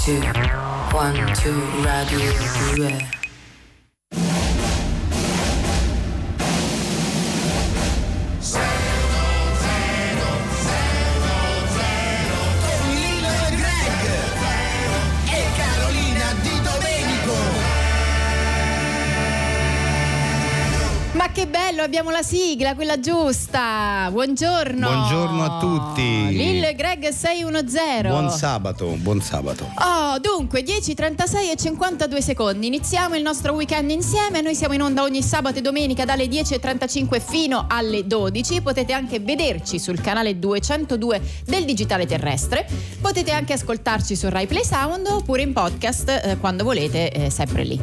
two, one, two, radio 2. con Lino e Greg e Carolina Di Domenico. Ma che bello, abbiamo la sigla, quella giusta. Buongiorno. Buongiorno a tutti. Lil Greg 610. Buon sabato, buon sabato. Oh, dunque, 10, 36 e 52 secondi. Iniziamo il nostro weekend insieme. Noi siamo in onda ogni sabato e domenica dalle 10.35 fino alle 12. Potete anche vederci sul canale 202 del Digitale Terrestre. Potete anche ascoltarci su Rai Play Sound oppure in podcast eh, quando volete, eh, sempre lì.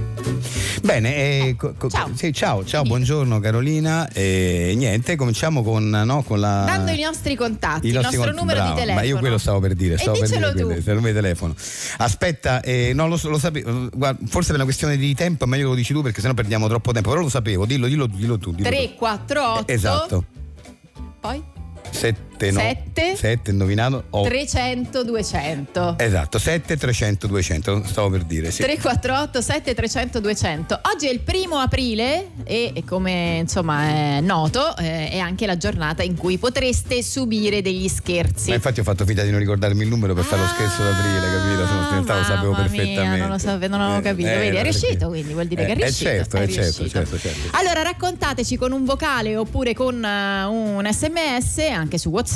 Bene, eh, Ecco, co- co- ciao. sì, ciao, ciao, buongiorno Carolina. E niente, cominciamo con, no, con la. Dando i nostri contatti, i il nostri nostro con- numero bravo, di telefono. Ma io quello stavo per dire, E stavo per dicelo dire tu. quello, il numero di telefono. Aspetta, eh, no, lo, so- lo sapevo. guarda, forse per una questione di tempo è meglio che lo dici tu perché sennò perdiamo troppo tempo. Però lo sapevo, dillo, dillo, tu, dillo tu. dillo 3, 4, 8. tu. Esatto. Poi 7, no. Sette. 7, indovinato. 8. 300, 200. Esatto, 7, 300, 200, stavo per dire, sì. 348 7300 200 oggi è il primo aprile e, e come insomma è noto eh, è anche la giornata in cui potreste subire degli scherzi Ma infatti ho fatto finta di non ricordarmi il numero per fare lo Ah, scherzo d'aprile, capito? Sono stentato, lo sapevo mamma mia, perfettamente. non lo sape- non avevo Eh, capito. eh, Vedi, è perché- riuscito, quindi vuol dire che è Eh, riuscito, Eh, certo, è eh, certo, riuscito. certo, certo. Allora raccontateci con un vocale oppure con eh, un sms anche su whatsapp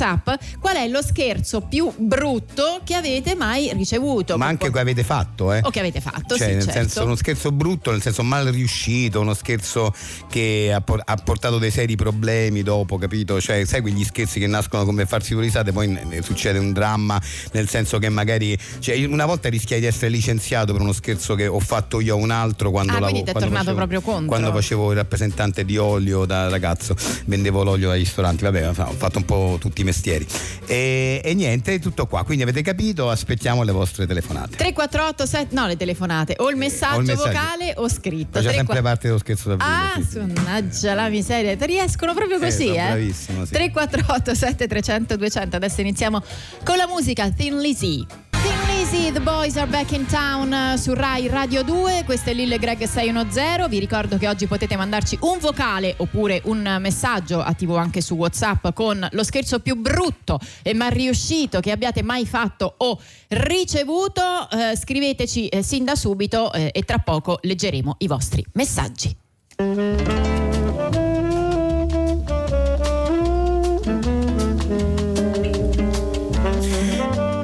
qual è lo scherzo più brutto che avete mai ricevuto Ma anche che avete fatto, eh? o che avete fatto Cioè, sì, nel certo. senso, uno scherzo brutto, nel senso mal riuscito, uno scherzo che ha, por- ha portato dei seri problemi dopo, capito? Cioè, sai quegli scherzi che nascono come farsi due risate, poi ne- ne succede un dramma, nel senso che magari. Cioè, io una volta rischiai di essere licenziato per uno scherzo che ho fatto io a un altro quando Ah, lavo- quindi ti è quando tornato facevo- proprio contro. Quando facevo il rappresentante di olio da ragazzo, vendevo l'olio ai ristoranti, vabbè, ho fatto un po' tutti i mestieri. E, e niente, tutto qua. Quindi avete capito, aspettiamo le vostre telefonate. 348 7 no le telefonate o il messaggio, Eh, o il messaggio. vocale o scritto Faceva 3, sempre parte dello scherzo da Ah, mannaggia la miseria, ti riescono proprio Sì, così, sono eh? bravissimo, sì. 348 7300 200. Adesso iniziamo con la musica Thin Lizzy. Thin Lizzy, The Boys Are Back in Town eh, su Rai Radio 2, questo è Lille Greg 610. Vi ricordo che oggi potete mandarci un vocale oppure un messaggio attivo anche su WhatsApp con lo scherzo più brutto e mal riuscito che abbiate mai fatto o ricevuto. Eh, scriveteci eh, sin da subito eh, e tra poco leggeremo i vostri messaggi.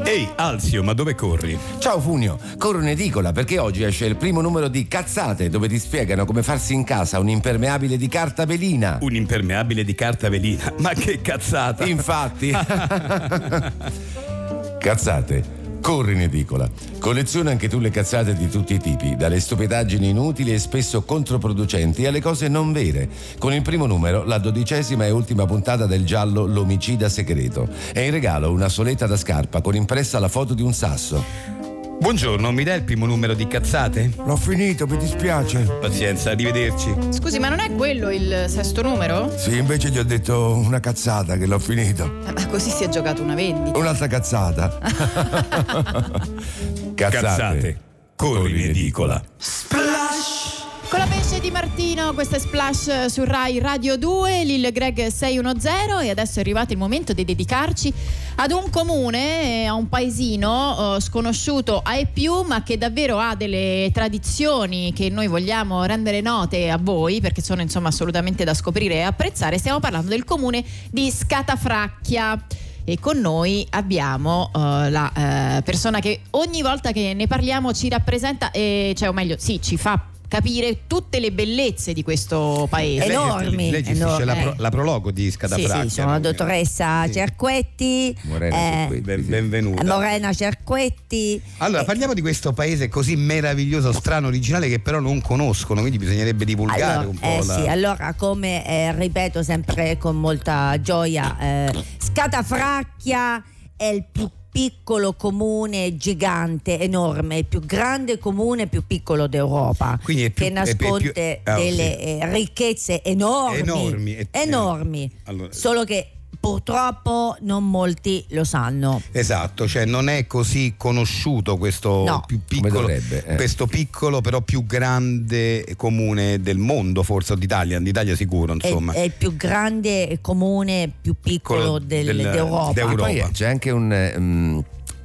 Ehi, Alzio, ma dove corri? Ciao Funio, corro in edicola perché oggi esce il primo numero di Cazzate dove ti spiegano come farsi in casa un impermeabile di carta velina. Un impermeabile di carta velina. Ma che cazzata! Infatti. cazzate. Corri in edicola. Colleziona anche tu le cazzate di tutti i tipi, dalle stupidaggini inutili e spesso controproducenti alle cose non vere. Con il primo numero, la dodicesima e ultima puntata del giallo L'omicida segreto. E in regalo una soletta da scarpa con impressa la foto di un sasso. Buongiorno, mi dai il primo numero di cazzate? L'ho finito, mi dispiace. Pazienza, arrivederci. Scusi, ma non è quello il sesto numero? Sì, invece gli ho detto una cazzata che l'ho finito. Eh, Ma così si è giocato una vendita. Un'altra cazzata. cazzate. Corri in edicola. Con la pesce di Martino, questa è Splash su Rai Radio 2, Lil Greg 610 e adesso è arrivato il momento di dedicarci ad un comune, eh, a un paesino eh, sconosciuto ai più ma che davvero ha delle tradizioni che noi vogliamo rendere note a voi perché sono insomma assolutamente da scoprire e apprezzare. Stiamo parlando del comune di Scatafracchia. E con noi abbiamo eh, la eh, persona che ogni volta che ne parliamo ci rappresenta, eh, cioè, o meglio, sì, ci fa capire tutte le bellezze di questo paese. Lei gest- Enormi, Lei gestisce enormi. La, pro- la prologo di Sì, Scatafracchia. sì, sono la no? dottoressa Sì. Cerquetti, eh, Morena Cerquetti. Ben- benvenuta. Morena Cerquetti. Allora, Eh, parliamo di questo paese così meraviglioso, strano, originale che però non conoscono, quindi bisognerebbe divulgare allora, un po' eh, la... sì, allora, come eh, ripeto sempre con molta gioia, eh, Scatafracchia è il più piccolo comune gigante, enorme, il più grande comune più piccolo d'Europa. Quindi è più- che è più- è più- nasconde ah, delle sì. eh, ricchezze enormi, Enormi, eh, enormi. eh, allora- solo che purtroppo non molti lo sanno. Esatto, cioè non è così conosciuto questo, No. più Come piccolo, dovrebbe, eh. questo piccolo però più grande comune del mondo, forse o d'Italia, d'Italia sicuro È, insomma. è il più grande comune, più piccolo Piccolo del- del- d'Europa. Ah, d'Europa. poi, eh, c'è anche un eh, mm,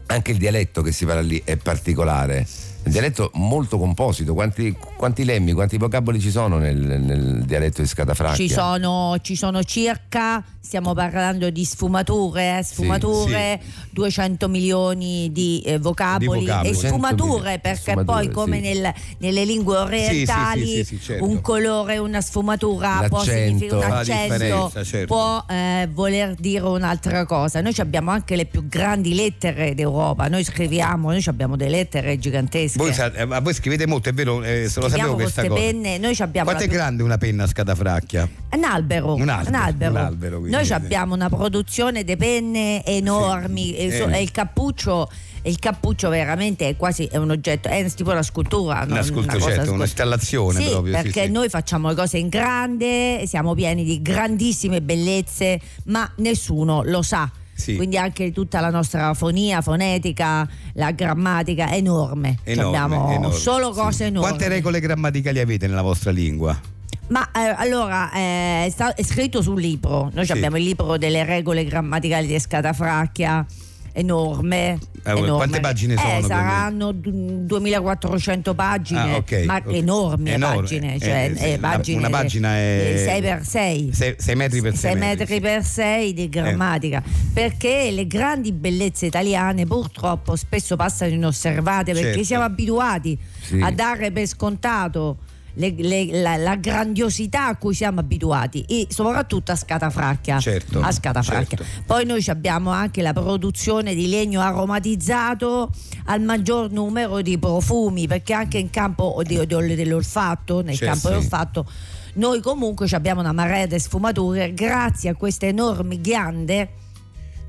anche il dialetto che si parla lì è particolare. Un dialetto molto composito. Quanti, quanti lemmi, quanti vocaboli ci sono nel, nel dialetto di Scatafracchia? Ci sono, ci sono circa, stiamo parlando di sfumature, eh, sfumature 200 milioni di eh, vocaboli, Di vocaboli. e 200 milioni. sfumature perché Sfumature, poi come sì. nel- nelle lingue orientali sì, sì, sì, certo. un colore, una sfumatura può L'accento. significare un Fa la accento, differenza, certo. può eh, voler dire un'altra cosa. Noi ci abbiamo anche le più grandi lettere d'Europa, noi scriviamo, noi ci abbiamo delle lettere gigantesche. Voi, sa- eh, ma voi scrivete molto, è vero, eh, se lo sapevo Scriviamo con questa ste cosa. penne, noi ci abbiamo Quanto la è più- grande una penna a scatafracchia? Un albero, Un albero, un albero, quindi, Noi ci eh. abbiamo una produzione di penne enormi Sì, e, so- eh. e il cappuccio e il cappuccio veramente è quasi è un oggetto, è tipo una scultura, Una non- scultura, cosa certo, scu- un'installazione Sì, proprio, sì, perché sì. noi facciamo le cose in grande, siamo pieni di grandissime bellezze, ma nessuno lo sa. Sì. Quindi anche tutta la nostra fonia, fonetica, la grammatica è enorme. Ci Enorme, abbiamo enorme, solo sì. cose enormi. Quante regole grammaticali avete nella vostra lingua? Ah, Ma eh, allora eh, è, sta- è scritto sul libro. Noi Sì. abbiamo il libro delle regole grammaticali di Scatafracchia. Enorme, Eh, quante pagine Eh, sono, più o meno? saranno du- 2400 pagine, Ah, ok, ma ok. enormi Enorme, pagine, eh, cioè, eh, sì, eh, una- pagine una pagina è- 6x6. 6 metri Eh. per 6 6 metri per 6 di grammatica perché le grandi bellezze italiane purtroppo spesso passano inosservate perché Certo. siamo abituati Sì. a dare per scontato le- le- la, la grandiosità a cui siamo abituati e soprattutto a scatafracchia Certo, a scatafracchia certo. poi noi ci abbiamo anche la produzione di legno aromatizzato al maggior numero di profumi perché anche in campo di- di- dell'olfatto nel Sì, campo sì. dell'olfatto noi comunque ci abbiamo una marea di sfumature grazie a queste enormi ghiande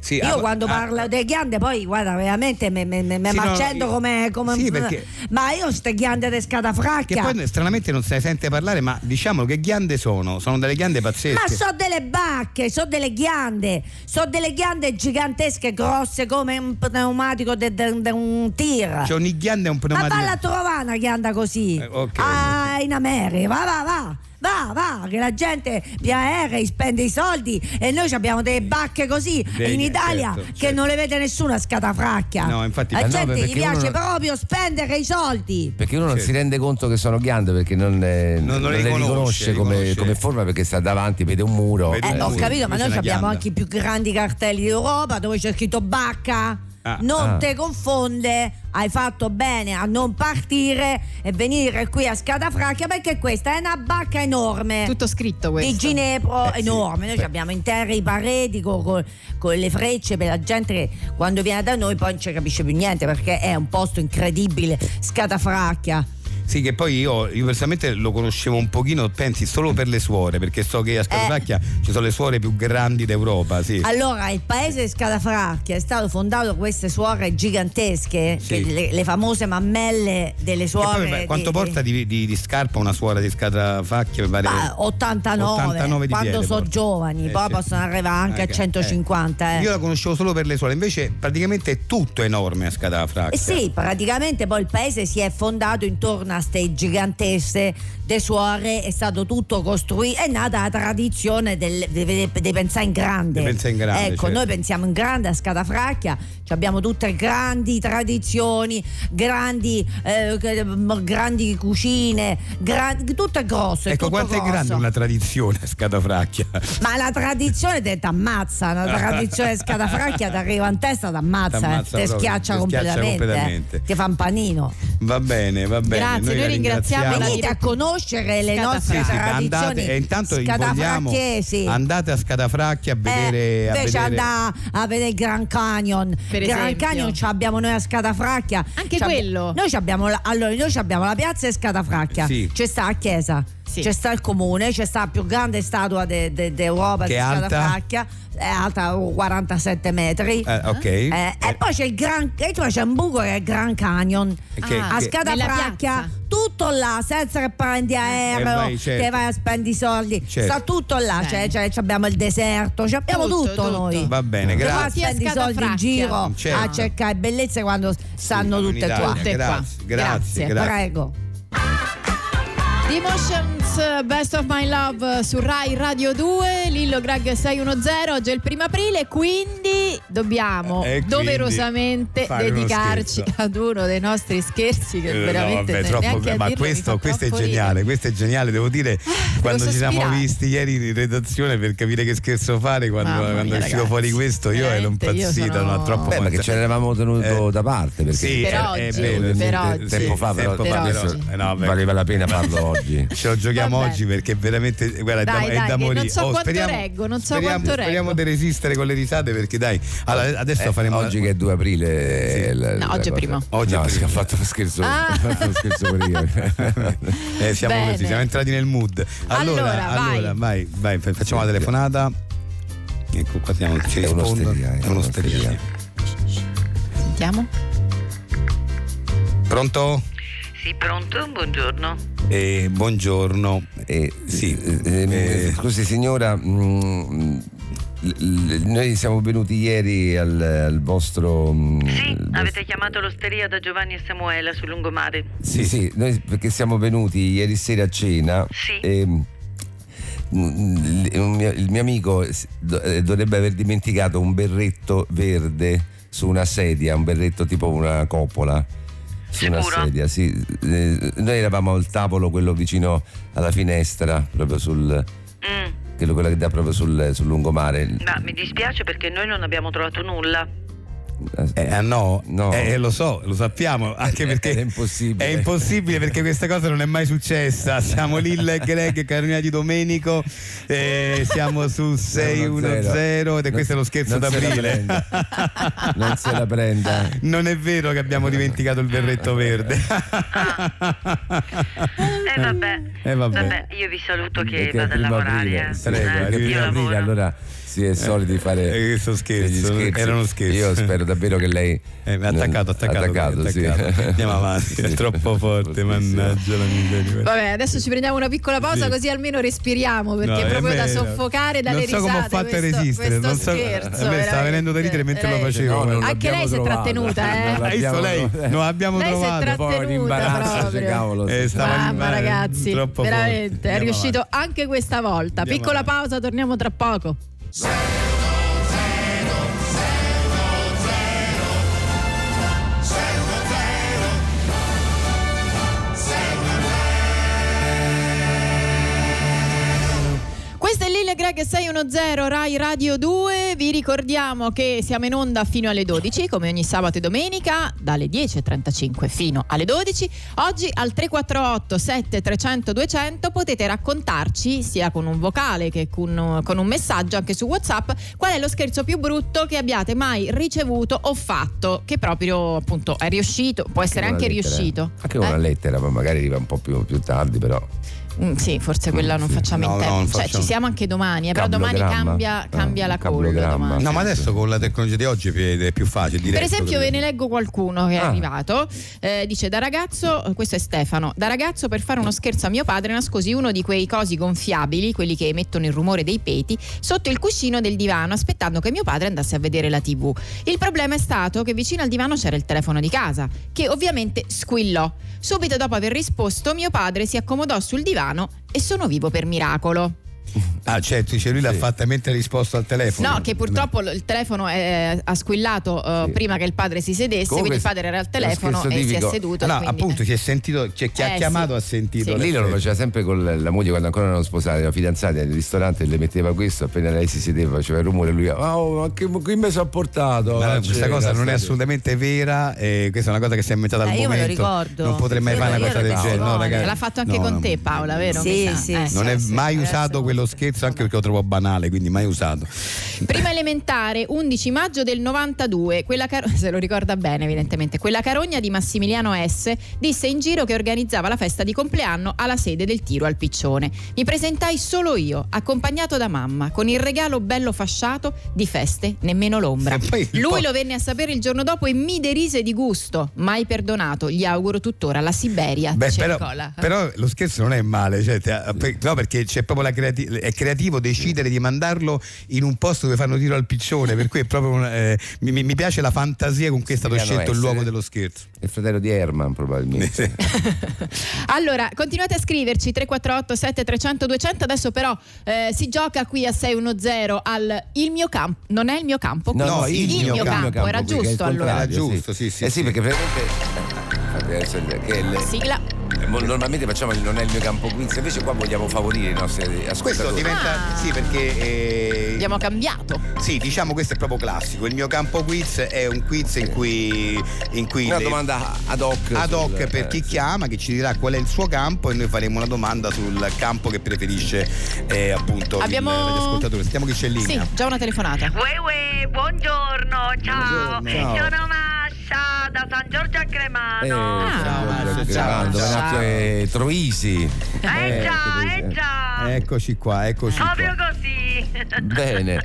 Sì, io ah, quando ah, parlo delle ghiande poi guarda veramente mi Sì, no, accendo io- come, come- sì, perché- ma io ste ghiande di Che scatafracchia poi stranamente non se ne sente parlare, ma diciamo che ghiande sono? Sono delle ghiande pazzesche. Ma so delle bacche, so delle ghiande, so delle ghiande gigantesche, grosse come un pneumatico di un tir. Cioè ogni ghianda è un Ma pneumatico. valla a trovare una ghianda così Eh, ok. ah, in America, va, va, va. Va, va, che la gente via aerei spende i soldi e noi ci abbiamo delle bacche così Dei- in Italia certo, che certo. non le vede nessuno a scatafracchia. No, infatti, la ma no, gente perché gli piace uno non- proprio spendere i soldi. Perché uno non Certo. si rende conto che sono ghiande perché non, eh, Non- non non le le riconosce, riconosce, come, riconosce. come forma perché sta davanti, vede un muro. Vede Eh, un Eh, ho sì, capito, ma invece noi la abbiamo ghianda. anche i più grandi cartelli d'Europa dove c'è scritto Bacca. Ah, non ah. te confonde, hai fatto bene a non partire e venire qui a Scatafracchia perché questa è una bacca enorme. Tutto scritto questo. Di Ginepro Eh, sì. enorme, noi Beh. abbiamo interi pareti co- co- con, le frecce per la gente che quando viene da noi poi non ci capisce più niente perché è un posto incredibile, scatafracchia. Sì, che poi io, io personalmente lo conoscevo un pochino, pensi, solo per le suore, perché so Eh. che a Scarpacchia ci sono le suore più grandi d'Europa, sì. Allora, il paese di Scalafracchia è stato fondato da queste suore gigantesche, Sì. che le, le famose mammelle delle E suore. poi, beh, di- quanto di- porta di, di- di scarpa una suora di Scarpacchia per fare... Ma 89, 89 di Ah, quando piede sono porta. giovani, Eh, poi sì. possono arrivare anche Anche, a eh. 150. eh. Io la conoscevo solo per le suore, invece praticamente è tutto enorme a Scatafracchia. Eh sì, praticamente poi il paese si è fondato intorno a queste gigantesse de suore, è stato tutto costruito, è nata la tradizione del- de- de- de pensare in grande. Di pensare in grande, Ecco, certo. noi pensiamo in grande a Scatafracchia, ci abbiamo tutte grandi tradizioni, grandi, eh, che- m- grandi cucine, gran- tutto è grosso. è Ecco, tutto quanto è grosso. grande una tradizione a Scatafracchia. Ma la tradizione te t'ammazza, la tradizione scatafracchia ti arriva in testa, t'ammazza, T'ammazza eh, ti proprio, schiaccia ti schiaccia completamente, completamente. eh, ti fa un panino. Va bene, va bene. Grazie, noi la ringraziamo la Venite a conoscere le Scatafracchia. nostre Sì, sì, tradizioni andate, e intanto invogliamo, scatafracchesi. andate a Scatafracchia a vedere... Eh, a invece vedere- andà a vedere il Gran Canyon Per Il Gran esempio. Canyon ce l'abbiamo noi a Scatafracchia Anche Ci abbi- quello. noi ci abbiamo la, allora noi ci abbiamo la piazza di Scatafracchia Sì. c'è sta la chiesa Sì. C'è sta il comune, c'è sta la più grande statua de- de- d'Europa Che di è alta? Scatafracchia, è alta oh, 47 metri. Eh, ok. Eh, e poi c'è il Gran, e poi c'è un buco che è il Gran Canyon. Eh, Che- Ah, a che- nella Scatafracchia, piazza. tutto là, senza che prendi aereo, Eh, vai, certo. che vai a spendi i soldi, Certo. sta tutto là. Bene. C'è, c'è- abbiamo il deserto, c'è- abbiamo tutto, Tutto, tutto. noi. Va bene, Che qua grazie. Grazie. spendi i soldi in giro Certo. a cercare bellezze quando stanno Sì, tutte in qua. Italia, Tutte qua. Grazie, grazie, Grazie. grazie. Prego. The Emotions eh, Best of My Love eh, su Rai Radio 2, Lillo Greg 610, oggi è il primo aprile, quindi dobbiamo Eh, e quindi doverosamente fare uno dedicarci scherzo. ad uno dei nostri scherzi che Eh, no, veramente vabbè, ne- troppo- neanche a ma dirlo mi questo, fa questo è troppo ridere. Ah, geniale, questo è geniale, devo dire, quando ci siamo sospirare. visti ieri in redazione per capire che scherzo fare, quando, Mamma mia, quando è uscito ragazzi, fuori questo, io ero veramente, io impazzito, sono- no, troppo Beh, ma che contento. ce l'eravamo tenuto Eh. da parte perché Sì, Per è- oggi, è vero, per sì, oggi. tempo fa, però, tempo fa, Per però- oggi. eh, no, beh, valeva la pena farlo oggi. Ce lo giochiamo Vabbè. oggi perché veramente guarda, è da- Dai, è dai, da che morire. non so Oh, quanto speriamo, reggo, non so speriamo, quanto reggo. speriamo di resistere con le risate perché dai, allora, adesso faremo Eh, oggi la- che è 2 aprile. Eh, Sì. eh, la- No, la oggi è cosa. primo. Oggi è no, primo. sì, ho fatto uno scherzo. Ah. Ho fatto uno scherzo per io. Eh, siamo Bene. così, siamo entrati nel mood. Allora, allora, Allora, vai. vai, vai, fa- facciamo la telefonata. Ecco qua siamo, ci È rispondono. un'osteria, eh, È un'osteria. Sentiamo. Pronto? Sì, pronto? Buongiorno. Eh, buongiorno. Eh, Sì. eh, ehm, Eh. Scusi signora, mm, l- l- noi siamo venuti ieri al, al vostro... mm, Sì, al avete vostro- chiamato l'osteria da Giovanni e Samuela sul lungomare. Sì, sì, noi perché siamo venuti ieri sera a cena. Sì. e, mm, l- un mio- il mio amico eh, s- do- eh, dovrebbe aver dimenticato un berretto verde su una sedia, un berretto tipo una coppola. Su una Sicuro? sedia, sì. Eh, Noi eravamo al tavolo, quello vicino alla finestra, proprio sul. Mm, quello, quella che dà proprio sul, sul lungomare. ma mi dispiace perché noi non abbiamo trovato nulla. Eh ah, no, No. Eh, lo so, lo sappiamo, anche Eh, perché è impossibile. È impossibile perché questa cosa non è mai successa. Siamo Lille, Greg, Carolina di Domenico, eh, siamo su 610 ed è questo è lo scherzo Non se la d'aprile. prenda. non se la prenda. Non è vero che abbiamo dimenticato il berretto verde. Eh vabbè. Eh, vabbè. io vi saluto che Perché vado a primo lavorare. Eh, aprile, eh. sì, Prego, Eh, perché arrivi. io primo aprile lavoro. allora si è soliti fare Eh, questo scherzo, degli scherzi. era uno scherzo. Io spero davvero che lei Eh, attaccato, attaccato, sì. attaccato. Andiamo avanti, Sì. è troppo forte, Fortissimo. mannaggia la miseria. Vabbè, adesso ci prendiamo una piccola pausa Sì. così almeno respiriamo perché No, è proprio eh, da beh, soffocare dalle non so risate. come ho fatto a questo- resistere, questo non so- scherzo, a me stava veramente. venendo da ridere mentre lo Veramente. Eh, facevo. non Anche l'abbiamo lei si è trovata. trattenuta, eh. Non Hai l'abbiamo visto lei? trovata. Non abbiamo Lei si è trovato. Poi trattenuta l'imbarazzo, proprio. cioè, cavolo, Eh, sì. Stava Mamma in- ragazzi, troppo forte. veramente è Andiamo riuscito avanti. anche questa volta. Andiamo Piccola avanti. pausa, torniamo tra poco. Questa è Lille Greg 610 Rai Radio 2, vi ricordiamo che siamo in onda fino alle 12 come ogni sabato e domenica dalle 10.35 fino alle 12. Oggi al 348 7300 200 potete raccontarci sia con un vocale che con, con un messaggio anche su Whatsapp qual è lo scherzo più brutto che abbiate mai ricevuto o fatto che proprio appunto è riuscito, può essere Una anche lettera. riuscito. Anche una Eh? lettera, poi magari arriva un po' più, più tardi, però. Mm, sì, forse quella non facciamo No, in no, tempo. non cioè, facciamo. ci siamo anche domani, eh, però domani Cablogramma. cambia, Eh, cambia la call. cablogramma. domani. No, ma adesso con la tecnologia di oggi è più- è più facile. Per diretto, esempio, ve capito? ne leggo qualcuno che è Ah. arrivato. Eh, dice: Da ragazzo, questo è Stefano. Da ragazzo, per fare uno scherzo a mio padre, nascosi uno di quei cosi gonfiabili, quelli che emettono il rumore dei peti, sotto il cuscino del divano, aspettando che mio padre andasse a vedere la TV. Il problema è stato che vicino al divano c'era il telefono di casa, che ovviamente squillò. Subito dopo aver risposto, mio padre si accomodò sul divano e sono vivo per miracolo. Ah, certo, dice lui l'ha Sì. fatta mentre ha risposto al telefono. No, che purtroppo lo- il telefono eh, ha squillato eh, Sì. prima che il padre si sedesse, quindi Comunque il padre era al è telefono e uno scherzo si è tipico. seduto. Ah, no, quindi, appunto, eh. si è sentito, cioè, chi Eh, ha sì. chiamato ha sentito. Sì. Lì lo l'effetto. faceva sempre con la la moglie quando ancora non sposata, era fidanzata nel ristorante, le metteva questo, appena lei si sedeva faceva il rumore, lui, oh, ma che, ma chi mi sono portato? Ma Ah, questa c'era, cosa non è sai. assolutamente vera, eh, questa è una cosa che si è inventata al Eh, io me lo momento. ricordo. Non potrei mai Io- fare una io cosa ero del genere. cioè, No, testimone. ragazzi, L'ha fatto anche no, con no. te Paola, vero? Sì, Mi sa. sì, Eh, sì. Non è sì, mai adesso- usato quello scherzo, anche perché lo trovo banale, quindi mai usato. Prima elementare, 11 maggio del 92, quella Car- se lo ricorda bene evidentemente, quella carogna di Massimiliano S. disse in giro che organizzava la festa di compleanno alla sede del tiro al piccione. Mi presentai solo io, accompagnato da mamma, con il regalo bello fasciato di feste, nemmeno l'ombra. E poi il Lui po- lo venne a sapere il giorno dopo e mi derise di gusto. Mai perdonato, gli auguro tuttora la Siberia. Beh, dice però, Nicola. Mm. però lo scherzo non è male, cioè, te- per- no, perché c'è proprio la creati- è creativo decidere di mandarlo in un posto dove fanno tiro al piccione, per cui è proprio un- eh, mi, mi- mi piace la fantasia con cui è stato Vogliamo scelto il essere- luogo dello scherzo. È Il fratello di Herman, probabilmente. Allora, continuate a scriverci 348 7300 200. Adesso però eh, si gioca qui a 610 al Il mio campo. Non è il mio campo, No, quindi il mio campo, era perché è il giusto allora. contrario, Era giusto, sì, sì, Eh sì. sì, perché praticamente. Che le- Sigla. eh, mo- Normalmente facciamo il non è il mio campo quiz, invece qua vogliamo favorire i nostri Questo ascoltatori. diventa. Ah. Sì, perché. eh, Abbiamo cambiato. Sì, diciamo questo è proprio classico. Il mio campo quiz è un quiz in cui. In cui Una le- domanda ad hoc. ad hoc sul- per eh, chi sì. chiama che ci dirà qual è il suo campo e noi faremo una domanda sul campo che preferisce eh, appunto Abbiamo- il radioascoltatore. Sentiamo chi c'è in linea. Sì, già una telefonata. Uè, uè, buongiorno, ciao. Buongiorno. Sono Mascia da San Giorgio a Eh, Cremano. ciao, Marco, Giorgio ciao, Grando, ciao. Venazio e Troisi. Eh, Eh, già, che eh dice? già. Eccoci qua, eccoci Proprio Ecco, qua. così. Bene.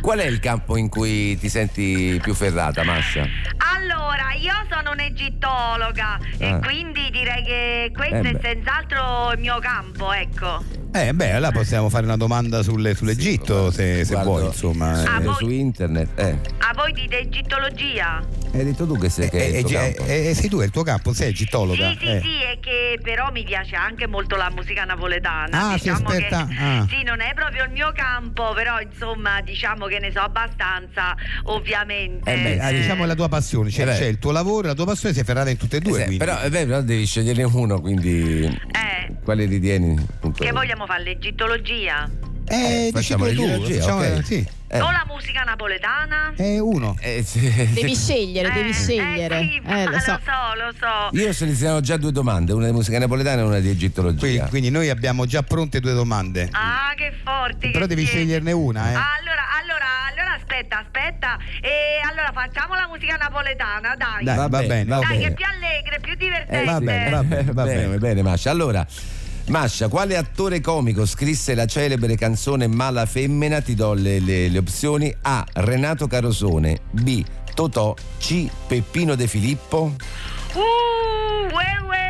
Qual è il campo in cui ti senti più ferrata, Mascia? Allora, io sono un'egittologa Ah. e quindi direi che questo Eh beh. è senz'altro il mio campo, ecco. Eh beh, allora possiamo fare una domanda sulle- sull'Egitto se, se Guardo- vuoi, insomma. eh, Ah, Eh, voi- su internet. Eh. A voi dite egittologia? Hai detto tu che sei che è il eh, tuo eh, campo. eh, sei tu, è il tuo campo, sei egittologa. Sì, sì, eh. sì, è che però mi piace anche molto la musica napoletana. Ah, sei diciamo esperta? Che, Ah. Sì, non è proprio il mio campo, però insomma diciamo che ne so abbastanza, ovviamente. Eh beh, ah, diciamo la tua passione, cioè Eh beh. c'è il tuo lavoro, e la tua passione sei ferrata in tutte e due. Eh, quindi. però, eh, beh, però devi sceglierne uno, quindi Eh. quale ritieni? appunto? Che vogliamo fare l'egittologia? eh, dici facciamo pure tu, l'ideologia, facciamo- ok. eh, sì. Eh. O la musica napoletana? Eh, uno. Eh, sì. Devi scegliere, devi Eh, scegliere. Eh, sì, ma Eh, lo, so. lo so, Io ho selezionato già due domande, una di musica napoletana e una di Qui- egittologia. quindi noi abbiamo già pronte due domande. Ah, che forti. Però che devi siete. sceglierne una, eh. Allora, allora, allora aspetta, aspetta. E allora facciamo la musica napoletana, dai. Dai, Va va, bene, bene, va dai, Dai, bene. Eh, che è più allegre, più divertente. va bene, va bene, va Eh, bene, bene. bene, Mascia. Allora, Mascia, quale attore comico scrisse la celebre canzone Mala femmina? Ti do le, le- le opzioni: A. Renato Carosone, B. Totò, C. Peppino De Filippo. Uh, uè, uè.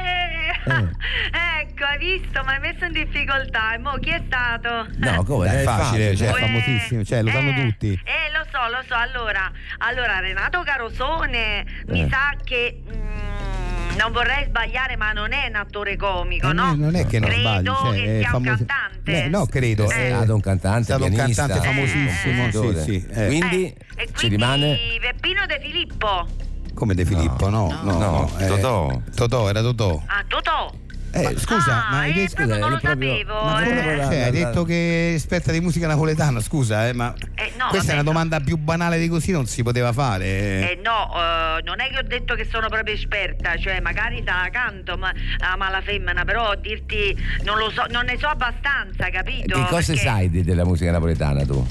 Eh. ecco, hai visto? Mi hai messo in difficoltà. E mo chi è stato? No, come? È facile, cioè, è Uè. famosissimo, cioè, lo sanno Eh, tutti. Eh, lo so, lo so. Allora, allora Renato Carosone, Eh. mi sa che... mm, non vorrei sbagliare, ma non è un attore comico, Eh, no? Non è che non Credo sbagli, cioè, che è sia un famoso- cantante. Eh, no, credo. È Eh. stato un cantante, È stato un pianista. cantante Eh, famosissimo. compositore. sì, sì, eh. Eh, Quindi, e quindi ci rimane. Peppino De Filippo. Come De Filippo, no? No, No, eh, Totò. Totò, era Totò. Ah, Totò. Eh, scusa, ah, ma hai eh, detto, proprio non ero lo proprio- sapevo. ma ma proprio eh. la- come- cioè, hai detto che aspetta di musica napoletana, scusa, eh, ma Eh, no, questa è vabbè, una no. domanda più banale di così, non si poteva fare. eh. Eh, no, eh, non è che ho detto che sono proprio esperta, cioè magari te la canto, ma, ah, ma la femmina, però dirti non lo so, non ne so abbastanza, capito? Che cosa Perché- sai di- della musica napoletana tu?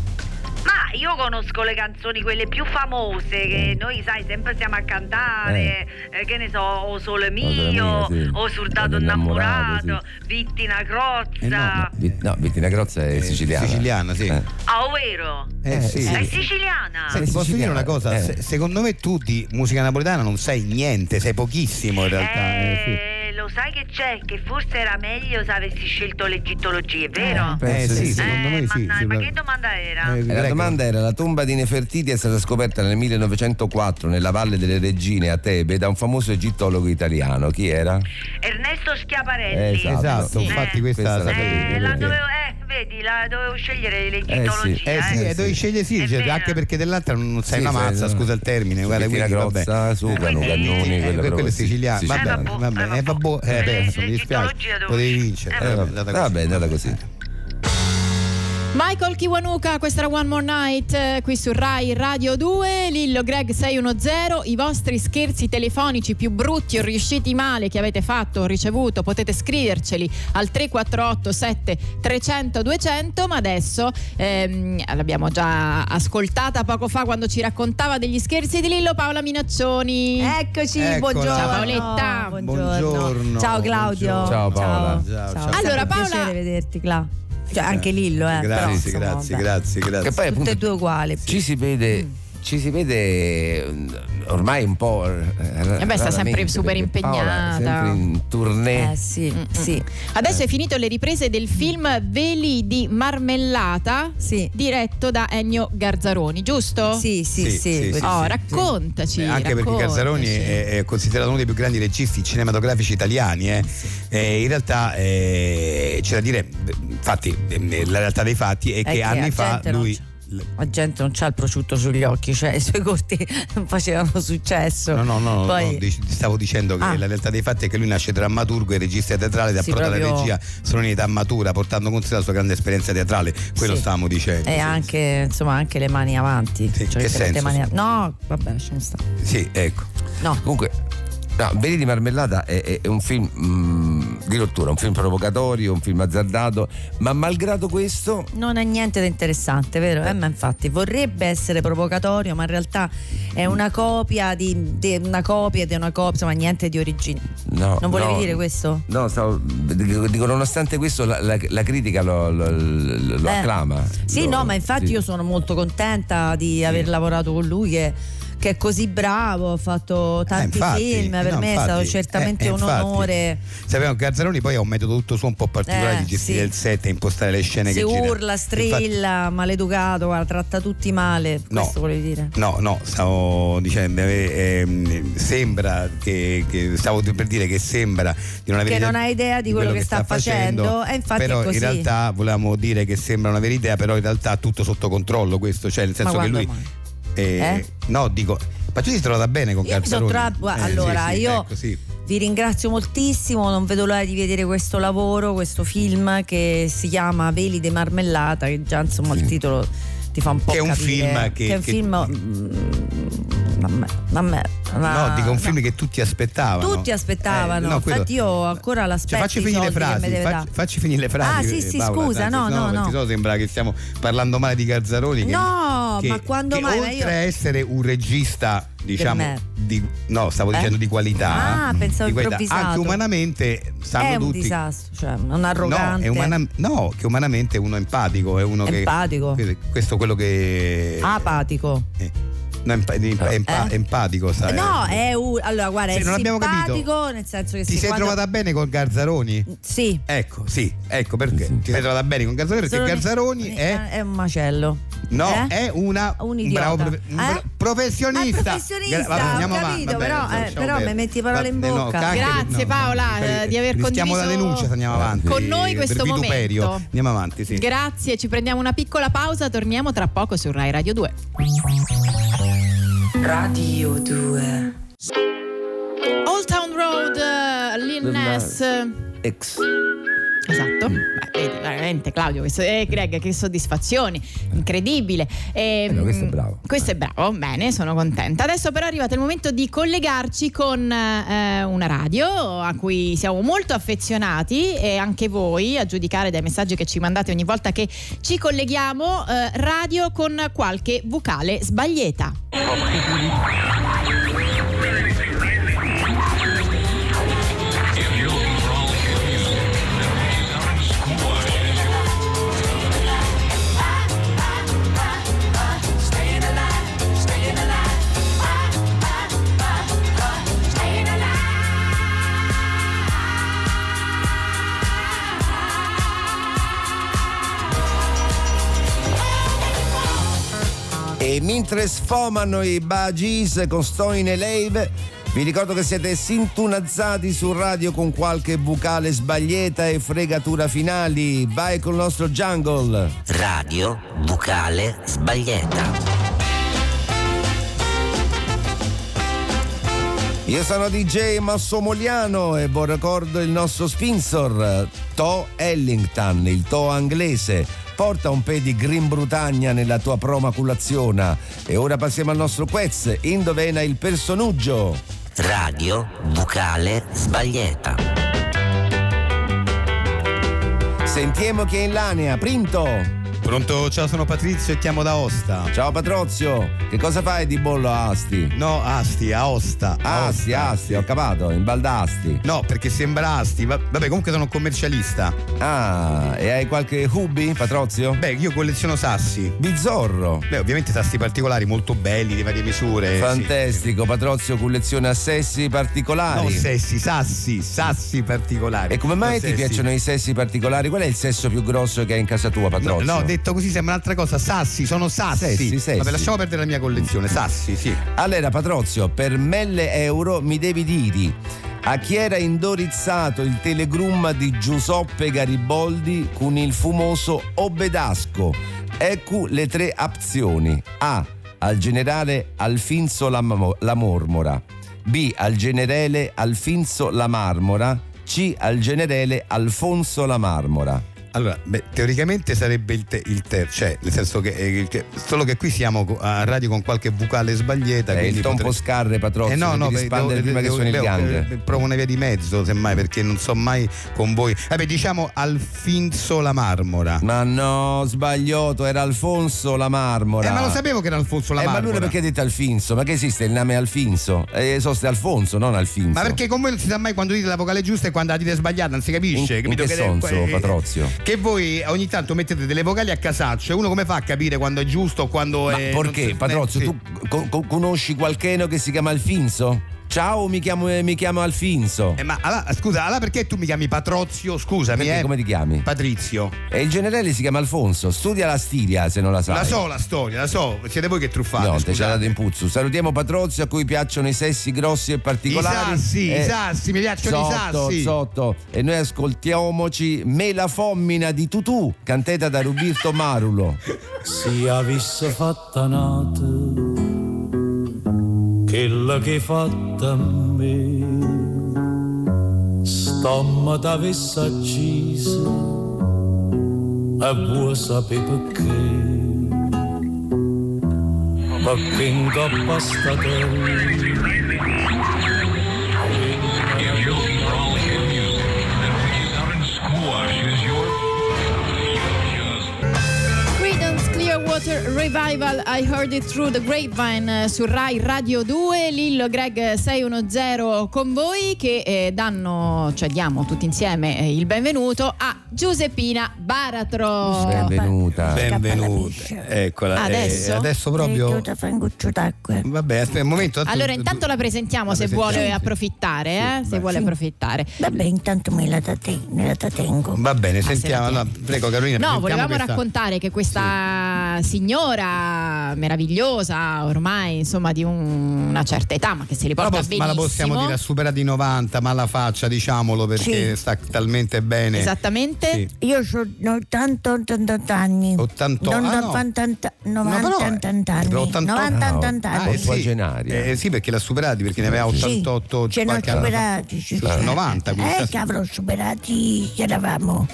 Ma io conosco le canzoni, quelle più famose, Eh. che noi, sai, sempre stiamo a cantare, eh, che ne so, O Sole Sole Mio, Mio, sì. O Surdato Vado innamorato, Innamorato, Vittina Crozza. Eh, no, Vi- No, Bettina Grozza è Eh, siciliana. siciliana, sì. Eh. Ah, ovvero? Eh, sì, sì. È siciliana. Senti, posso dire siciliana, una cosa? eh. Se- secondo me tu di musica napoletana non sai niente, sai pochissimo in realtà. eh, sì. Eh, Lo sai che c'è? Che forse era meglio se avessi scelto l'egittologia, è vero? Eh, penso di sì, sì. secondo Eh, me sì. mannaggia, sì, ma proprio. che domanda era? Eh, Eh, La prego. domanda era: la tomba di Nefertiti è stata scoperta nel 1904 nella Valle delle Regine a Tebe da un famoso egittologo italiano. Chi era? Ernesto Schiaparelli. Esatto. Esatto, Sì. infatti Eh, questa questa la la Eh, sapevi. la perché- dovevo, eh, vedi, la dovevo scegliere Eh, sì. l'egittologia. Eh sì, eh, eh, sì. devi scegliere sì, È cioè, vero. anche perché dell'altra non sei Sì, una sai, mazza, no. scusa il termine, guarda, Bettina quindi Grozza, vabbè. Sucano, Eh, Cannoni, Eh, quella per quello proprio è siciliano, sì, vabbè, Eh, vabbè, vabbè, eh, vabbè, eh, vabbè. penso, mi dispiace, eh, L'egittologia dovevo potevi scegliere. vincere, Eh, eh, vabbè, andata vabbè, così. è andata così. Michael Kiwanuka, questa era One More Night eh, qui su Rai Radio 2, Lillo Greg 610, i vostri scherzi telefonici più brutti o riusciti male che avete fatto o ricevuto, potete scriverceli al 348 7300 200, ma adesso ehm, l'abbiamo già ascoltata poco fa quando ci raccontava degli scherzi di Lillo Paola Minaccioni. Eccoci, Eccola. buongiorno. Ciao, Paoletta. Buongiorno. Buongiorno. Ciao Claudio. Buongiorno. Ciao, Paola. Ciao, ciao. Allora, Paolo. Paola- piacere vederti, Cla. Cioè, anche Lillo, eh. però, Grazie, insomma, grazie, vabbè. grazie, grazie. Che poi Tutte appunto e due uguali. ci si vede Mm. ci si vede mm, ormai un po' eh, beh, sta sempre raramente, super perché Paola è impegnata. sempre in tournée Eh Mm, sì, sì, Adesso è finito le riprese del film Veli di Marmellata, Sì. diretto da Ennio Garzaroni, giusto? sì, sì, sì. Sì, sì, sì, Oh, raccontaci. Beh, anche perché raccontaci. Garzaroni è, è considerato uno dei più grandi registi cinematografici italiani. eh. Eh, in realtà eh, c'è da dire, beh, infatti, eh, la realtà dei fatti è, che eh, che anni la fa gente non lui. c'ha- La gente non c'ha il prosciutto sugli occhi, cioè i suoi corti non facevano successo. No, no, no, Poi, no, dic- stavo dicendo che Ah. la realtà dei fatti è che lui nasce drammaturgo e regista teatrale da Sì, approda alla proprio- regia sono in età matura, portando con sé la sua grande esperienza teatrale, quello Sì. stavamo dicendo. E sì. anche, insomma, anche le mani avanti. Sì, Cioè, che tutte le senso? mani a- No, vabbè, lasciamo stare. Sì, ecco. No, Comunque, no, Veli di Marmellata è, è- è un film mm, di rottura, un film provocatorio, un film azzardato, ma malgrado questo non è niente di interessante, vero? Eh, ma infatti vorrebbe essere provocatorio, ma in realtà è una copia di, di una copia di una copia, insomma, niente di origine. No, non volevi no. dire questo? No, stavo- dico, dico, nonostante questo la, la- la critica lo, lo- lo- lo Eh. acclama. Sì, Lo- no, ma infatti sì. io sono molto contenta di aver lavorato con lui che, che è così bravo, ha fatto tanti Eh, infatti, film, per no, me è stato infatti, certamente eh, eh, un infatti. onore. Sappiamo che Garzaroni poi ha un metodo tutto suo un po' particolare Eh, di gestire sì. il set e impostare le scene Si che gira. urla, strilla, Infatti- maleducato, guarda, tratta tutti male, No. questo volevi dire. No, no, stavo dicendo, eh, ehm, sembra che, che- stavo per dire che sembra di non avere Che idea non ha idea di quello che sta facendo, e infatti è però così. in realtà volevamo dire che sembra una vera idea, però in realtà ha tutto sotto controllo questo, cioè nel senso che quando lui mai? eh, Eh? no, dico, ma tu ti sei trovata bene con Io mi sono Garzaroni? trovata- Eh, sì, allora, sì, io- ecco, sì. Vi ringrazio moltissimo, non vedo l'ora di vedere questo lavoro, questo film che si chiama Veli de Marmellata, che già insomma il Sì. titolo ti fa un po' Che è un capire film che- è un che- film... mm, vabbè, vabbè, No, ma- dico un film Ah, no. che tutti aspettavano. Tutti aspettavano, Eh, no, quello- infatti io ancora l'aspetto. Cioè, facci i finire le soldi che frasi, mi deve fac- dare. facci finire le frasi. Ah, sì, sì, Paola, scusa, tanto- no, no, perché no. sennò sembra che stiamo parlando male di Garzaroni. che- No, che- ma quando che mai? Ma Oltre io- a essere un regista, diciamo, me. di, no, stavo Eh? dicendo di qualità. Ah, pensavo di Anche improvvisato. umanamente sanno è un tutti. disastro, cioè un No, arrogante. è umana- no, che umanamente uno è empatico, è uno Empatico. che. Questo è quello che. Apatico. eh, no, empa- empa- empa- Eh? empatico, sai. No, è un- allora guarda, Sì, è non abbiamo capito. simpatico, nel senso che Ti sì, sei quando- trovata bene con Garzaroni? Sì. Ecco, sì, ecco perché Sì, sì. ti sei trovata bene con Garzaroni perché Garzaroni è, eh, un macello. no, Eh? è una Un un idiota. bravo profe- un Eh? bra- professionista. Ah, professionista, Gra- vabbè, ho andiamo avanti, capito, vabbè, però, adesso eh, lasciamo però mi perdere. metti parole in Va- no, bocca. anche- Grazie Paola per- eh, di aver rischiamo la condiviso denuncia, se andiamo avanti. con noi questo per vituperio. momento. Andiamo avanti, sì. Grazie, ci prendiamo una piccola pausa, torniamo tra poco su Rai Radio 2. Radio 2. Old Town Road, eh, Lil Ness. Ex. Esatto, Beh, vedi, veramente Claudio, questo, eh, Greg, che soddisfazione, incredibile. E, Eh no, questo è mm, bravo. Questo è bravo, bene, sono contenta. Adesso però è arrivato il momento di collegarci con eh, una radio a cui siamo molto affezionati e anche voi, a giudicare dai messaggi che ci mandate ogni volta che ci colleghiamo, eh, radio con qualche vocale sbagliata. E mentre sfomano i bagis con Stoine Live, vi ricordo che siete sintonalizzati su radio con qualche vocale sbagliata e fregatura finali. Vai col nostro jungle. Radio vocale sbagliata. Io sono DJ Masso Mogliano e vi ricordo il nostro sponsor, To Ellington, il To inglese. Porta un pe di Green Brutagna nella tua promaculazione. E ora passiamo al nostro quiz. Indovena il personaggio. Radio vocale sbagliata. Sentiamo chi è in linea. Printo. Pronto, ciao, sono Patrizio e chiamo da Osta. Ciao Patrozio, che cosa fai di bollo a Asti? No, Asti, a Osta. a Asti, Osta. Asti, ho capato, in Baldasti. No, perché sembra Asti. va- Vabbè, comunque sono un commercialista. Ah, e hai qualche hobby, Patrozio? Beh, io colleziono sassi. Bizzorro. Beh, ovviamente sassi particolari molto belli, di varie misure. Eh, sì. Fantastico, Patrozio colleziona sessi particolari. No, sessi, sassi, sassi particolari. E come mai Non ti sessi. piacciono i sessi particolari? Qual è il sesso più grosso che hai in casa tua, No, Patrozio? no, detto così sembra un'altra cosa. Sassi, sono sassi. Sessi, sessi. Vabbè, lasciamo perdere la mia collezione. Sassi, sì. Allora, Patrozio, per 1000 euro mi devi dire a chi era indorizzato il telegramma di Giuseppe Garibaldi con il fumoso Obedasco. Ecco le tre opzioni. A. Al generale Alfinzo la, Mo- la Mormora. B. Al generale Alfinzo la Marmora. C. Al generale Alfonso la Marmora. Allora, beh, teoricamente sarebbe il, te- il terzo, cioè, nel senso che, eh, il che- solo che qui siamo co- a radio con qualche vocale sbagliata. È Eh, quindi il Tom potre- Poscarre, Patrozio. Eh no, no, devi beh, devo- rispondere prima devo- che suoni devo- il gang. eh, Provo una via di mezzo, semmai, perché non so mai con voi. Vabbè, diciamo Alfinzo la Marmora. Ma no, sbagliato, era Alfonso la Marmora. Eh, ma lo sapevo che era Alfonso la Eh, ma Marmora. allora perché hai detto Alfinso? Ma che esiste il nome Alfinso? Eh, esiste Alfonso, non Alfinso. Ma perché con voi non si sa mai quando dite la vocale giusta e quando la dite sbagliata, non si capisce. In- in capito? che ne- senso, Patrozio? Che voi ogni tanto mettete delle vocali a casaccio e uno come fa a capire quando è giusto o quando Ma è. perché, non si- Patrozio, eh, sì. tu co- co- conosci qualcuno che si chiama Alfinso? Ciao, mi chiamo, eh, mi chiamo Alfinso. Eh, ma allora, scusa, allora perché tu mi chiami Patrozio? Scusami, Perché, eh. come ti chiami? Patrizio. E il generale si chiama Alfonso. Studia la Stiria, se non la sai. La so la storia, la so. Siete voi che truffate. No, te ci ha scusate. dato in puzzo. Salutiamo Patrozio a cui piacciono i sessi grossi e particolari. I sassi, Eh, i sassi, mi piacciono Zotto, i sassi. Zotto. E noi ascoltiamoci Mela Fommina di Tutù, cantata da Ruberto Marulo. Si avesse fatta nata quella che fatta a me, stomma t'avesse accisa e vuoi sapere perché. Perché in coppa sta Creedence Clearwater Revival I Heard It Through the Grapevine eh, su Rai Radio 2 Lillo Greg 610 con voi che eh, danno cioè diamo tutti insieme eh, il benvenuto a Giuseppina Baratro Benvenuta. Benvenuta. Eccola. eh, Adesso? Eh. adesso proprio. Vabbè, aspetta un momento. tanto- allora intanto la presentiamo La se presentiamo, vuole sì. approfittare eh, se vai. vuole approfittare Vabbè, intanto me la, date- me la tengo. Va bene, Ah, la sentiamo. tieni. allora, prego, Carolina. No, presentiamo volevamo questa- raccontare che questa signora meravigliosa, ormai insomma di un- una certa età, ma che si Ma la, riporta pos- ma benissimo. la possiamo dire, ha superato i 90, ma la faccia, diciamolo, perché Sì. sta talmente bene. Esattamente. Sì. Io ho 80, 88 anni. 88, Non ah, no. 80, No, 90, però, 80 anni. eh, 88 90, no. 80 Ah, anni. sì. Quadragenaria. Eh, sì, perché l'ha superati, perché ne aveva Sì, Cioè, 88 ce l'ho qualche anno fa. superati, ci Sì, 90, quindi eh sta- che avrò superati che eravamo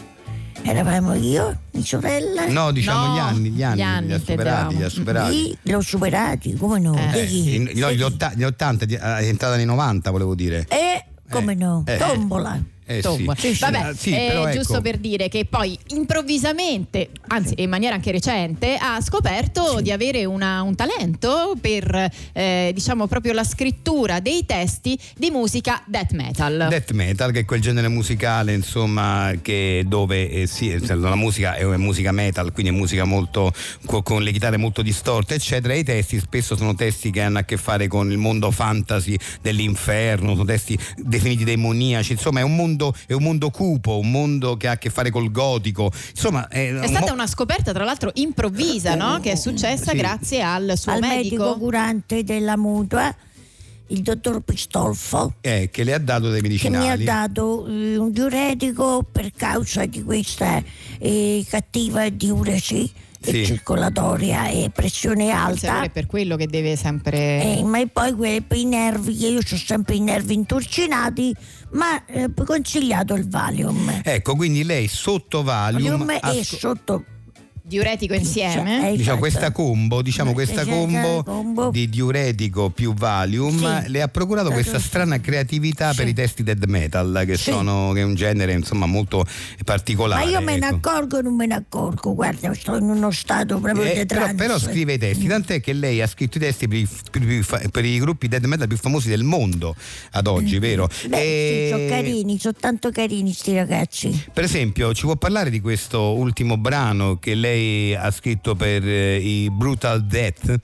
eravamo io mia sorella No, diciamo No, gli anni, gli anni, gli anni li ha superati, li ha intendevamo. superati. Sì, li ho superati come no Eh. Eh, Sì. in- no, gli, otta- gli 80 di- eh, è entrata nei 90, volevo dire. e come Eh, no eh. tombola Eh, Tomba. sì. Vabbè, Ah, sì, eh, però ecco. giusto per dire che poi improvvisamente, anzi in maniera anche recente, ha scoperto di avere una- un talento per eh, diciamo proprio la scrittura dei testi di musica death metal. Death metal, che è quel genere musicale, insomma, che dove eh, sì, cioè, la musica è, è musica metal, quindi è musica molto co- con le chitarre molto distorte, eccetera. E i testi spesso sono testi che hanno a che fare con il mondo fantasy dell'inferno, sono testi definiti demoniaci. Insomma, è un mondo, è un mondo cupo, un mondo che ha a che fare col gotico. Insomma, è, È stata una scoperta, tra l'altro, improvvisa, no? Che è successa Eh, Sì. grazie al suo al medico. curante della mutua il dottor Pistolfo eh, che le ha dato dei che mi ha medicinali. dato eh, un diuretico per causa di questa eh, cattiva diuresi Sì. eh, circolatoria e pressione Forse alta allora è per quello che deve sempre. Eh, ma poi quei, quei nervi, che io ho sempre i nervi inturcinati, ma eh, consigliato il Valium. Ecco, quindi lei sotto Valium Valium ha è sc- sotto diuretico insieme. Cioè, Diciamo, eh, Esatto. questa combo, diciamo, Cioè, Eh, questa c'è il combo combo. di diuretico più Valium Sì. le ha procurato questa strana creatività per i testi dead metal, che, sono, che è un genere insomma molto particolare. Ma io me ne ecco. accorgo o non me ne accorgo, guarda, sto in uno stato proprio cioè. Mm. Eh, di però, trance. però scrive i testi, tant'è che lei ha scritto i testi per i, per i- per i gruppi dead metal più famosi del mondo ad oggi, vero? Mm. Eh, Beh, sì, E- sono carini, sono tanto carini sti ragazzi. Per esempio, ci può parlare di questo ultimo brano che lei ha scritto per eh, i Brutal Death?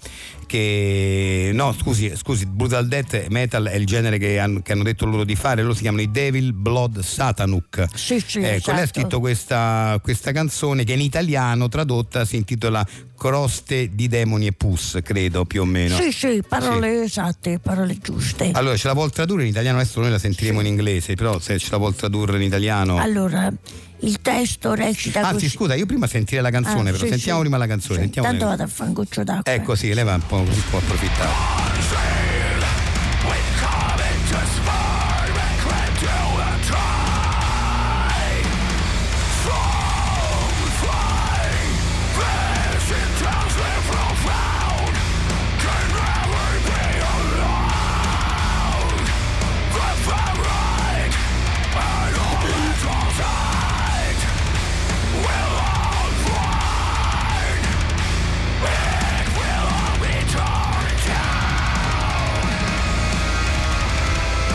Che no, scusi, scusi, Brutal Death Metal è il genere che han- che hanno, detto loro di fare, loro si chiamano i Devil Blood Satanuk. Sì, sì, ecco, lei ha esatto. scritto questa, questa canzone che in italiano tradotta si intitola Croste di demoni e pus, credo più o meno. Sì, sì, parole esatte, parole giuste. Allora, ce la vuol tradurre in italiano? Adesso noi la sentiremo in inglese, però se ce la vuol tradurre in italiano. Allora, il testo recita Anzi, così. scusa, io prima sentirei la canzone, Ah, però sì, sentiamo sì. prima la canzone. Sì, sentiamo Tanto le- vado a fare un goccio d'acqua. Ecco, sì, lei va un po' così può approfittare. eh.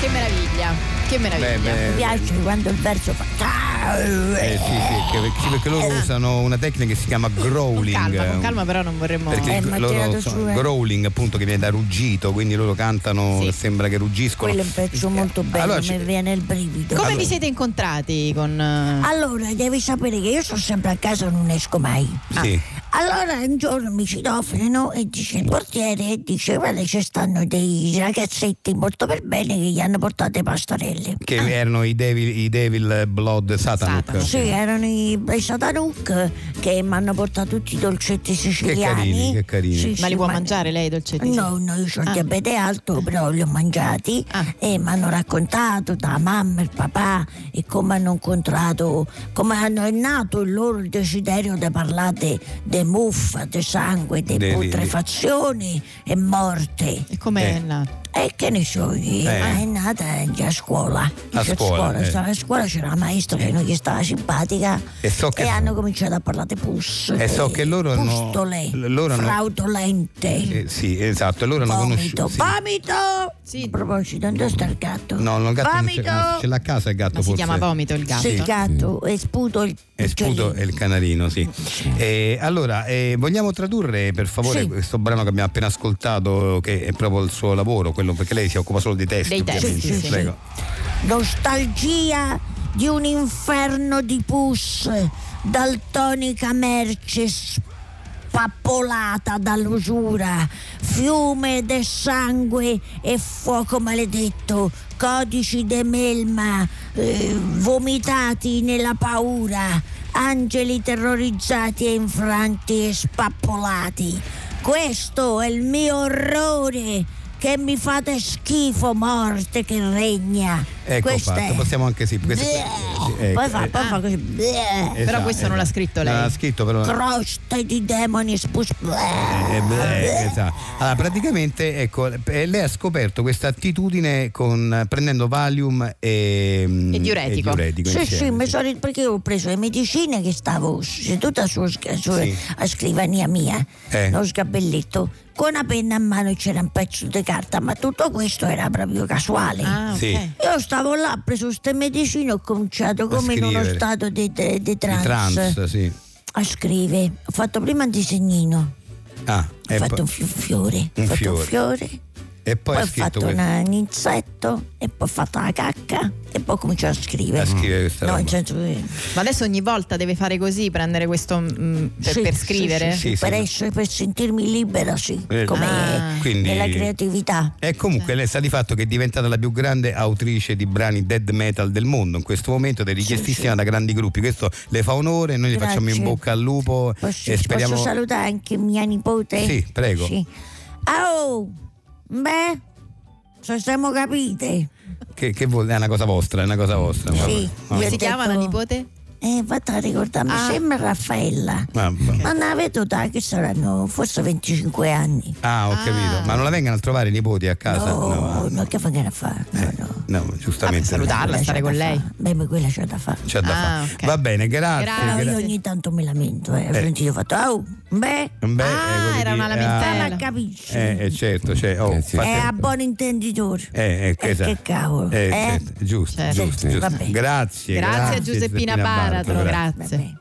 Che meraviglia, che meraviglia. Beh, beh, Mi piace quando il verso fa. Eh, eh, sì, sì, che- sì, perché loro usano una tecnica che si chiama Con growling. calma, con calma, però non vorremmo. Perché Eh, ma loro tirato sono su, eh. growling appunto che viene da ruggito, quindi loro cantano, Sì. sembra che ruggiscono. Quello è un pezzo molto bello, Allora, mi ci- viene il brivido. Come vi siete incontrati con. eh, Allora, devi sapere che io sono sempre a casa e non esco mai. Sì. Ah. Allora un giorno mi citofonano e dice il portiere e dice guarda ci stanno dei ragazzetti molto per bene che gli hanno portato le pastorelle. Che erano i Devil, i Devil Blood Satanuk. Satanuk. Sì, erano i i Satanuk che mi hanno portato tutti i dolcetti siciliani. carini, che carini. Sì, Ma sì, li può mangiare lei i dolcetti? No, no, io ho il Ah. diabete alto, però li ho mangiati Ah. e mi hanno raccontato da mamma e papà e come hanno incontrato, come hanno è nato il loro desiderio di parlare di muffa, di sangue, di De- putrefazioni e morte. E come Eh. è nato? E che ne so, io, Ah, è nata anche a scuola. Io ero scuola, eh. stavo a scuola c'era la maestra che non gli stava simpatica E so che- hanno cominciato a parlare di pus. Eh. E so eh, che loro hanno- pustole, l- loro hanno- fraudolente. Eh, sì, esatto, e loro hanno Vomito, conosciuto. sì. vomito! Sì. A proposito, dove sta il gatto? No, no, il gatto non c'è, vomito! no, ce l'ha a casa il gatto Ma si forse. chiama vomito il gatto. Sì, il gatto, e sputo il E Cioè, sputo uccellino. è il canarino, sì. Eh, allora, eh, vogliamo tradurre per favore Sì. questo brano che abbiamo appena ascoltato, che è proprio il suo lavoro, quello perché lei si occupa solo dei testi. Dei testi, ovviamente. sì, sì. Prego. Nostalgia di un inferno di pus, daltonica merce spappolata dall'usura, fiume de sangue e fuoco maledetto, codici de melma, eh, vomitati nella paura, angeli terrorizzati e infranti e spappolati. Questo è il mio orrore. Che mi fate schifo, morte che regna. Ecco Questa fatto, è. possiamo anche sì. questo- Bleh. sì, ecco, poi fa, eh, poi fa così. bleh. esatto, Però questo non l'ha esatto. scritto lei. Non l'ha scritto però. Croste di demoni spus. bleh. Eh, beh, esatto. Allora, praticamente ecco, eh, lei ha scoperto questa attitudine con, prendendo Valium e, mm, E diuretico. e Sì, insieme, sì, mi sì. sono- perché io ho preso le medicine che stavo seduta su, sulla Sì. scrivania mia, Eh. lo sgabelletto, con una penna a mano e c'era un pezzo di carta, ma tutto questo era proprio casuale. Ah, ok. Sì. Io stavo là, ho preso queste medicine e ho cominciato come in uno scrivere. stato di, di- di I trance, trans, sì. a scrivere. Ho fatto prima un disegnino, Ah, ho e, fatto poi- un fi- fiore, un ho fatto fiore. un fiore. e poi Poi, ha ho scritto fatto questo. una- un insetto e poi ho fatto una cacca e poi ho cominciato a scrivere. A scrivere questa no, cioè, roba. in senso che- Ma adesso ogni volta deve fare così, prendere questo mm, per, Sì, per sì, scrivere? sì, sì, Sì, per, sì. essere- per sentirmi libera, sì, Eh, come ah. Quindi- nella creatività. E comunque lei sa di fatto che è diventata la più grande autrice di brani dead metal del mondo in questo momento ed è richiestissima da grandi gruppi. Questo le fa onore, noi le Grazie. facciamo in bocca al lupo Posso, e speriamo. posso salutare anche mia nipote? Sì, prego. Sì. Oh, beh, se siamo capite. Che, che vuol- è una cosa vostra, è una cosa vostra. Sì, Vabbè. io Come si ho chiama la detto- nipote? Eh, vado a ricordarmi, sembra Raffaella. Ma non la vedo da che saranno forse 25 anni. Ah, ho capito. Ma non la vengano a trovare i nipoti a casa? No, No, Oh, Eh. no, che fa che ne fa? no, giustamente. salutarla, stare con lei. Beh, ma quella c'è da fare. C'è da Ah, fare. ok. Va bene, grazie. Grazie. Però io grazie. ogni tanto mi lamento, eh. Ho Eh. sentito ho fatto, oh, beh, Beh, Ah, eh, voglio era una dire, lamentela. ma la capisci? ah, Eh, eh, certo, cioè, oh, Eh, sì. fate- È a buon intenditore. eh, eh, Eh, esatto. che cavolo, Eh, eh? certo, giusto, Certo. giusto, giusto. Vabbè. Grazie, Grazie a Giuseppina Baratro, grazie. grazie.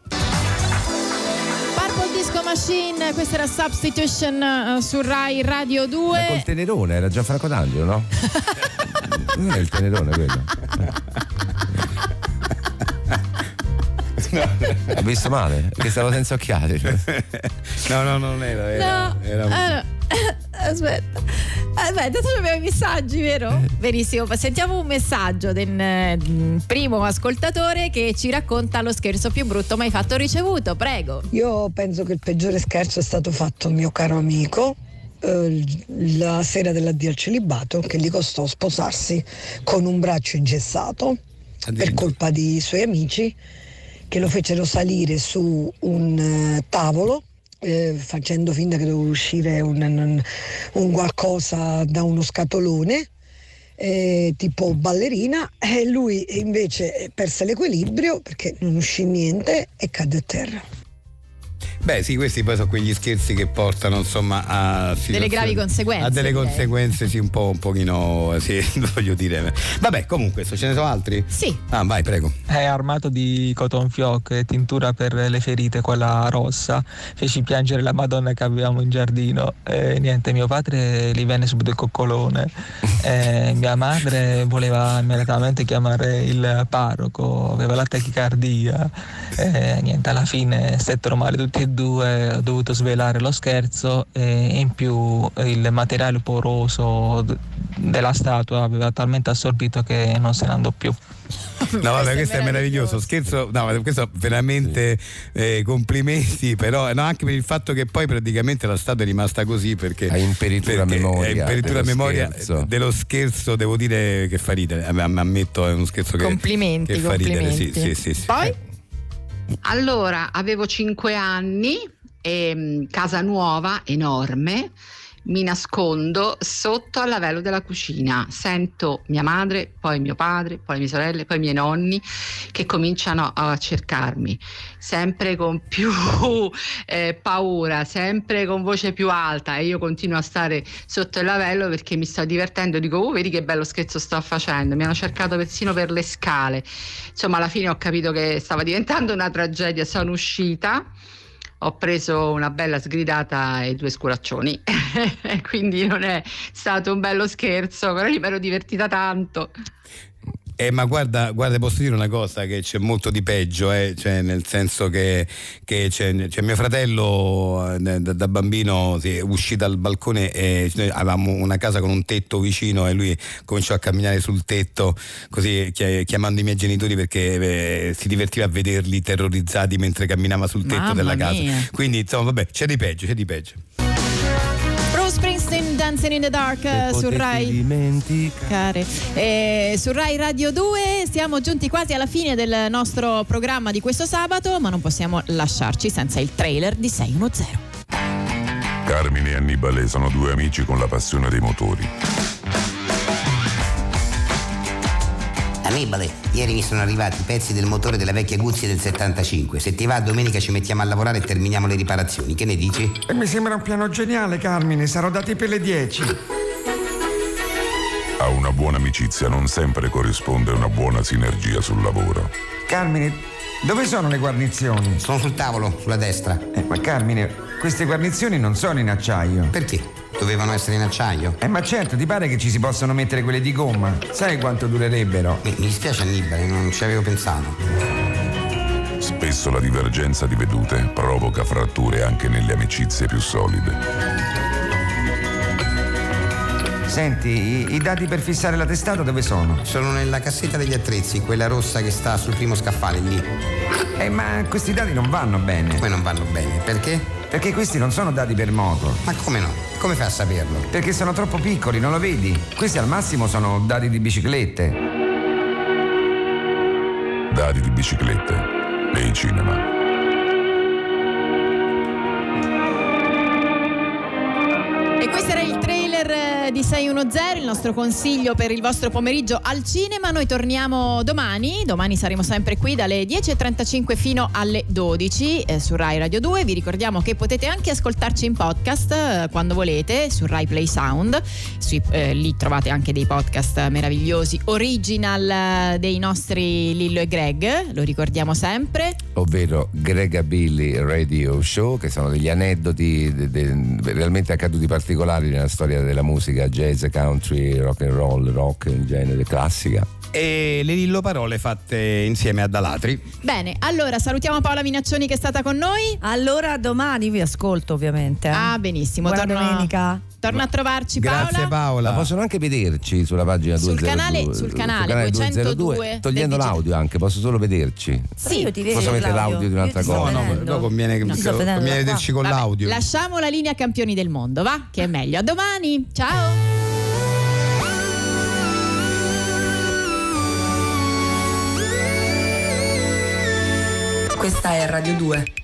Purple Disco Machine, questa era Substitution eh, su Rai Radio Ma Col Ecco, 2. tenerone era Gianfranco D'Angelo, no? non è il tenerone quello. Ho visto male? Che stavo senza occhiali. No, no, non era. era, No, Eh, era- allora, aspetta. Aspetta, tu abbiamo i messaggi, Eh. vero? Benissimo, sentiamo un messaggio del eh, primo ascoltatore che ci racconta lo scherzo più brutto mai fatto o ricevuto, prego. Io penso che il peggiore scherzo è stato fatto a un mio caro amico eh, la sera dell'addio al celibato che gli costò sposarsi con un braccio ingessato per colpa di suoi amici che lo fecero salire su un eh, tavolo eh, facendo finta che doveva uscire un, un- un qualcosa da uno scatolone eh, tipo ballerina e lui invece perse l'equilibrio perché non uscì niente e cadde a terra. Beh, sì, questi poi sono quegli scherzi che portano insomma a situazioni- gravi conseguenze, A delle direi. conseguenze, sì, un po' un pochino, sì, voglio dire. Vabbè, comunque, se ce ne sono altri? Sì. Ah, vai, prego. È armato di cotton fioc e tintura per le ferite, quella rossa. Feci piangere la Madonna che avevamo in giardino. E niente, mio padre gli venne subito il coccolone. E mia madre voleva immediatamente chiamare il parroco, aveva la tachicardia. E niente, alla fine stettero male tutti e due. Ho dovuto svelare lo scherzo e in più il materiale poroso d- della statua aveva talmente assorbito che non se ne andò più. No, vabbè, questo è meraviglioso. Scherzo, no, ma questo veramente eh, complimenti, però no, anche per il fatto che poi praticamente la statua è rimasta così perché eh, È imperitura perché memoria È imperitura dello memoria scherzo. dello scherzo, devo dire che fa ridere. Am- am- Ammetto, è uno scherzo che Complimenti, che fa ridere, sì, complimenti. sì, sì, sì. Poi? Allora, avevo 5 anni, ehm, casa nuova, enorme, mi nascondo sotto al lavello della cucina, sento mia madre, poi mio padre, poi le mie sorelle, poi i miei nonni che cominciano a cercarmi, sempre con più eh, paura, sempre con voce più alta e io continuo a stare sotto il lavello perché mi sto divertendo, dico, oh vedi che bello scherzo sto facendo, mi hanno cercato persino per le scale, insomma alla fine ho capito che stava diventando una tragedia, sono uscita, ho preso una bella sgridata e due sculaccioni, quindi non è stato un bello scherzo, però mi ero divertita tanto. Eh, ma guarda, guarda, posso dire una cosa che c'è molto di peggio, eh? cioè, nel senso che, che c'è, c'è mio fratello eh, da, da bambino si è uscì dal balcone e noi avevamo una casa con un tetto vicino e lui cominciò a camminare sul tetto così chi- chiamando i miei genitori perché eh, si divertiva a vederli terrorizzati mentre camminava sul tetto Mamma della mia. casa. Quindi insomma vabbè, c'è di peggio, c'è di peggio. Bruce Springsteen Dancing in the Dark eh, su Rai. Care. Eh, su Rai Radio 2 siamo giunti quasi alla fine del nostro programma di questo sabato, ma non possiamo lasciarci senza il trailer di 610. Carmine e Annibale sono due amici con la passione dei motori. Annibale, ieri mi sono arrivati i pezzi del motore della vecchia Guzzi del 75. Se ti va, domenica ci mettiamo a lavorare e terminiamo le riparazioni. Che ne dici? E Eh, mi sembra un piano geniale, Carmine, sarò dati per le 10. A una buona amicizia non sempre corrisponde una buona sinergia sul lavoro. Carmine, dove sono le guarnizioni? Sono sul tavolo, sulla destra. Eh, ma Carmine, queste guarnizioni non sono in acciaio. Perché? Dovevano essere in acciaio? Eh, ma certo, ti pare che ci si possano mettere quelle di gomma? Sai quanto durerebbero? Mi, mi dispiace Annibale, non ci avevo pensato. Spesso la divergenza di vedute provoca fratture anche nelle amicizie più solide. Senti, i, i dati per fissare la testata dove sono? Sono nella cassetta degli attrezzi, quella rossa che sta sul primo scaffale lì. Eh, ma questi dati non vanno bene. Poi non vanno bene. Perché? Perché questi non sono dati per moto. Ma come no? Come fai a saperlo? Perché sono troppo piccoli, non lo vedi? Questi al massimo sono dati di biciclette. Dadi di biciclette. dei cinema. E questo era il trailer eh, di 610, il nostro consiglio per il vostro pomeriggio al cinema. Noi torniamo domani, domani saremo sempre qui dalle 10.35 fino alle 12 eh, su Rai Radio 2. Vi ricordiamo che potete anche ascoltarci in podcast eh, quando volete su Rai Play Sound. Sui- eh, lì trovate anche dei podcast meravigliosi, original eh, dei nostri Lillo e Greg, lo ricordiamo sempre. ovvero Gregabilly Radio Show, che sono degli aneddoti de- de- realmente accaduti particolari nella storia della musica jazz, country, rock and roll, rock in genere, classica. E le Lillo Parole fatte insieme a Dalatri. Bene, allora salutiamo Paola Minaccioni che è stata con noi. Allora domani vi ascolto ovviamente. eh. Ah, benissimo. Buona torna, domenica. Torna a trovarci Paola. Paola. possono anche vederci sulla pagina Sul 202, canale- sul canale 202, togliendo del l'audio anche, posso solo vederci. Sì, io ti vedo, Posso mettere Claudio. l'audio di un'altra Io ti sto cosa. vedendo. No, no, no, conviene che- Ti sto vedendo conviene da qua. vederci con l'audio. Lasciamo la linea campioni del mondo, va? Che è meglio. A domani. Ciao. Questa è Radio 2.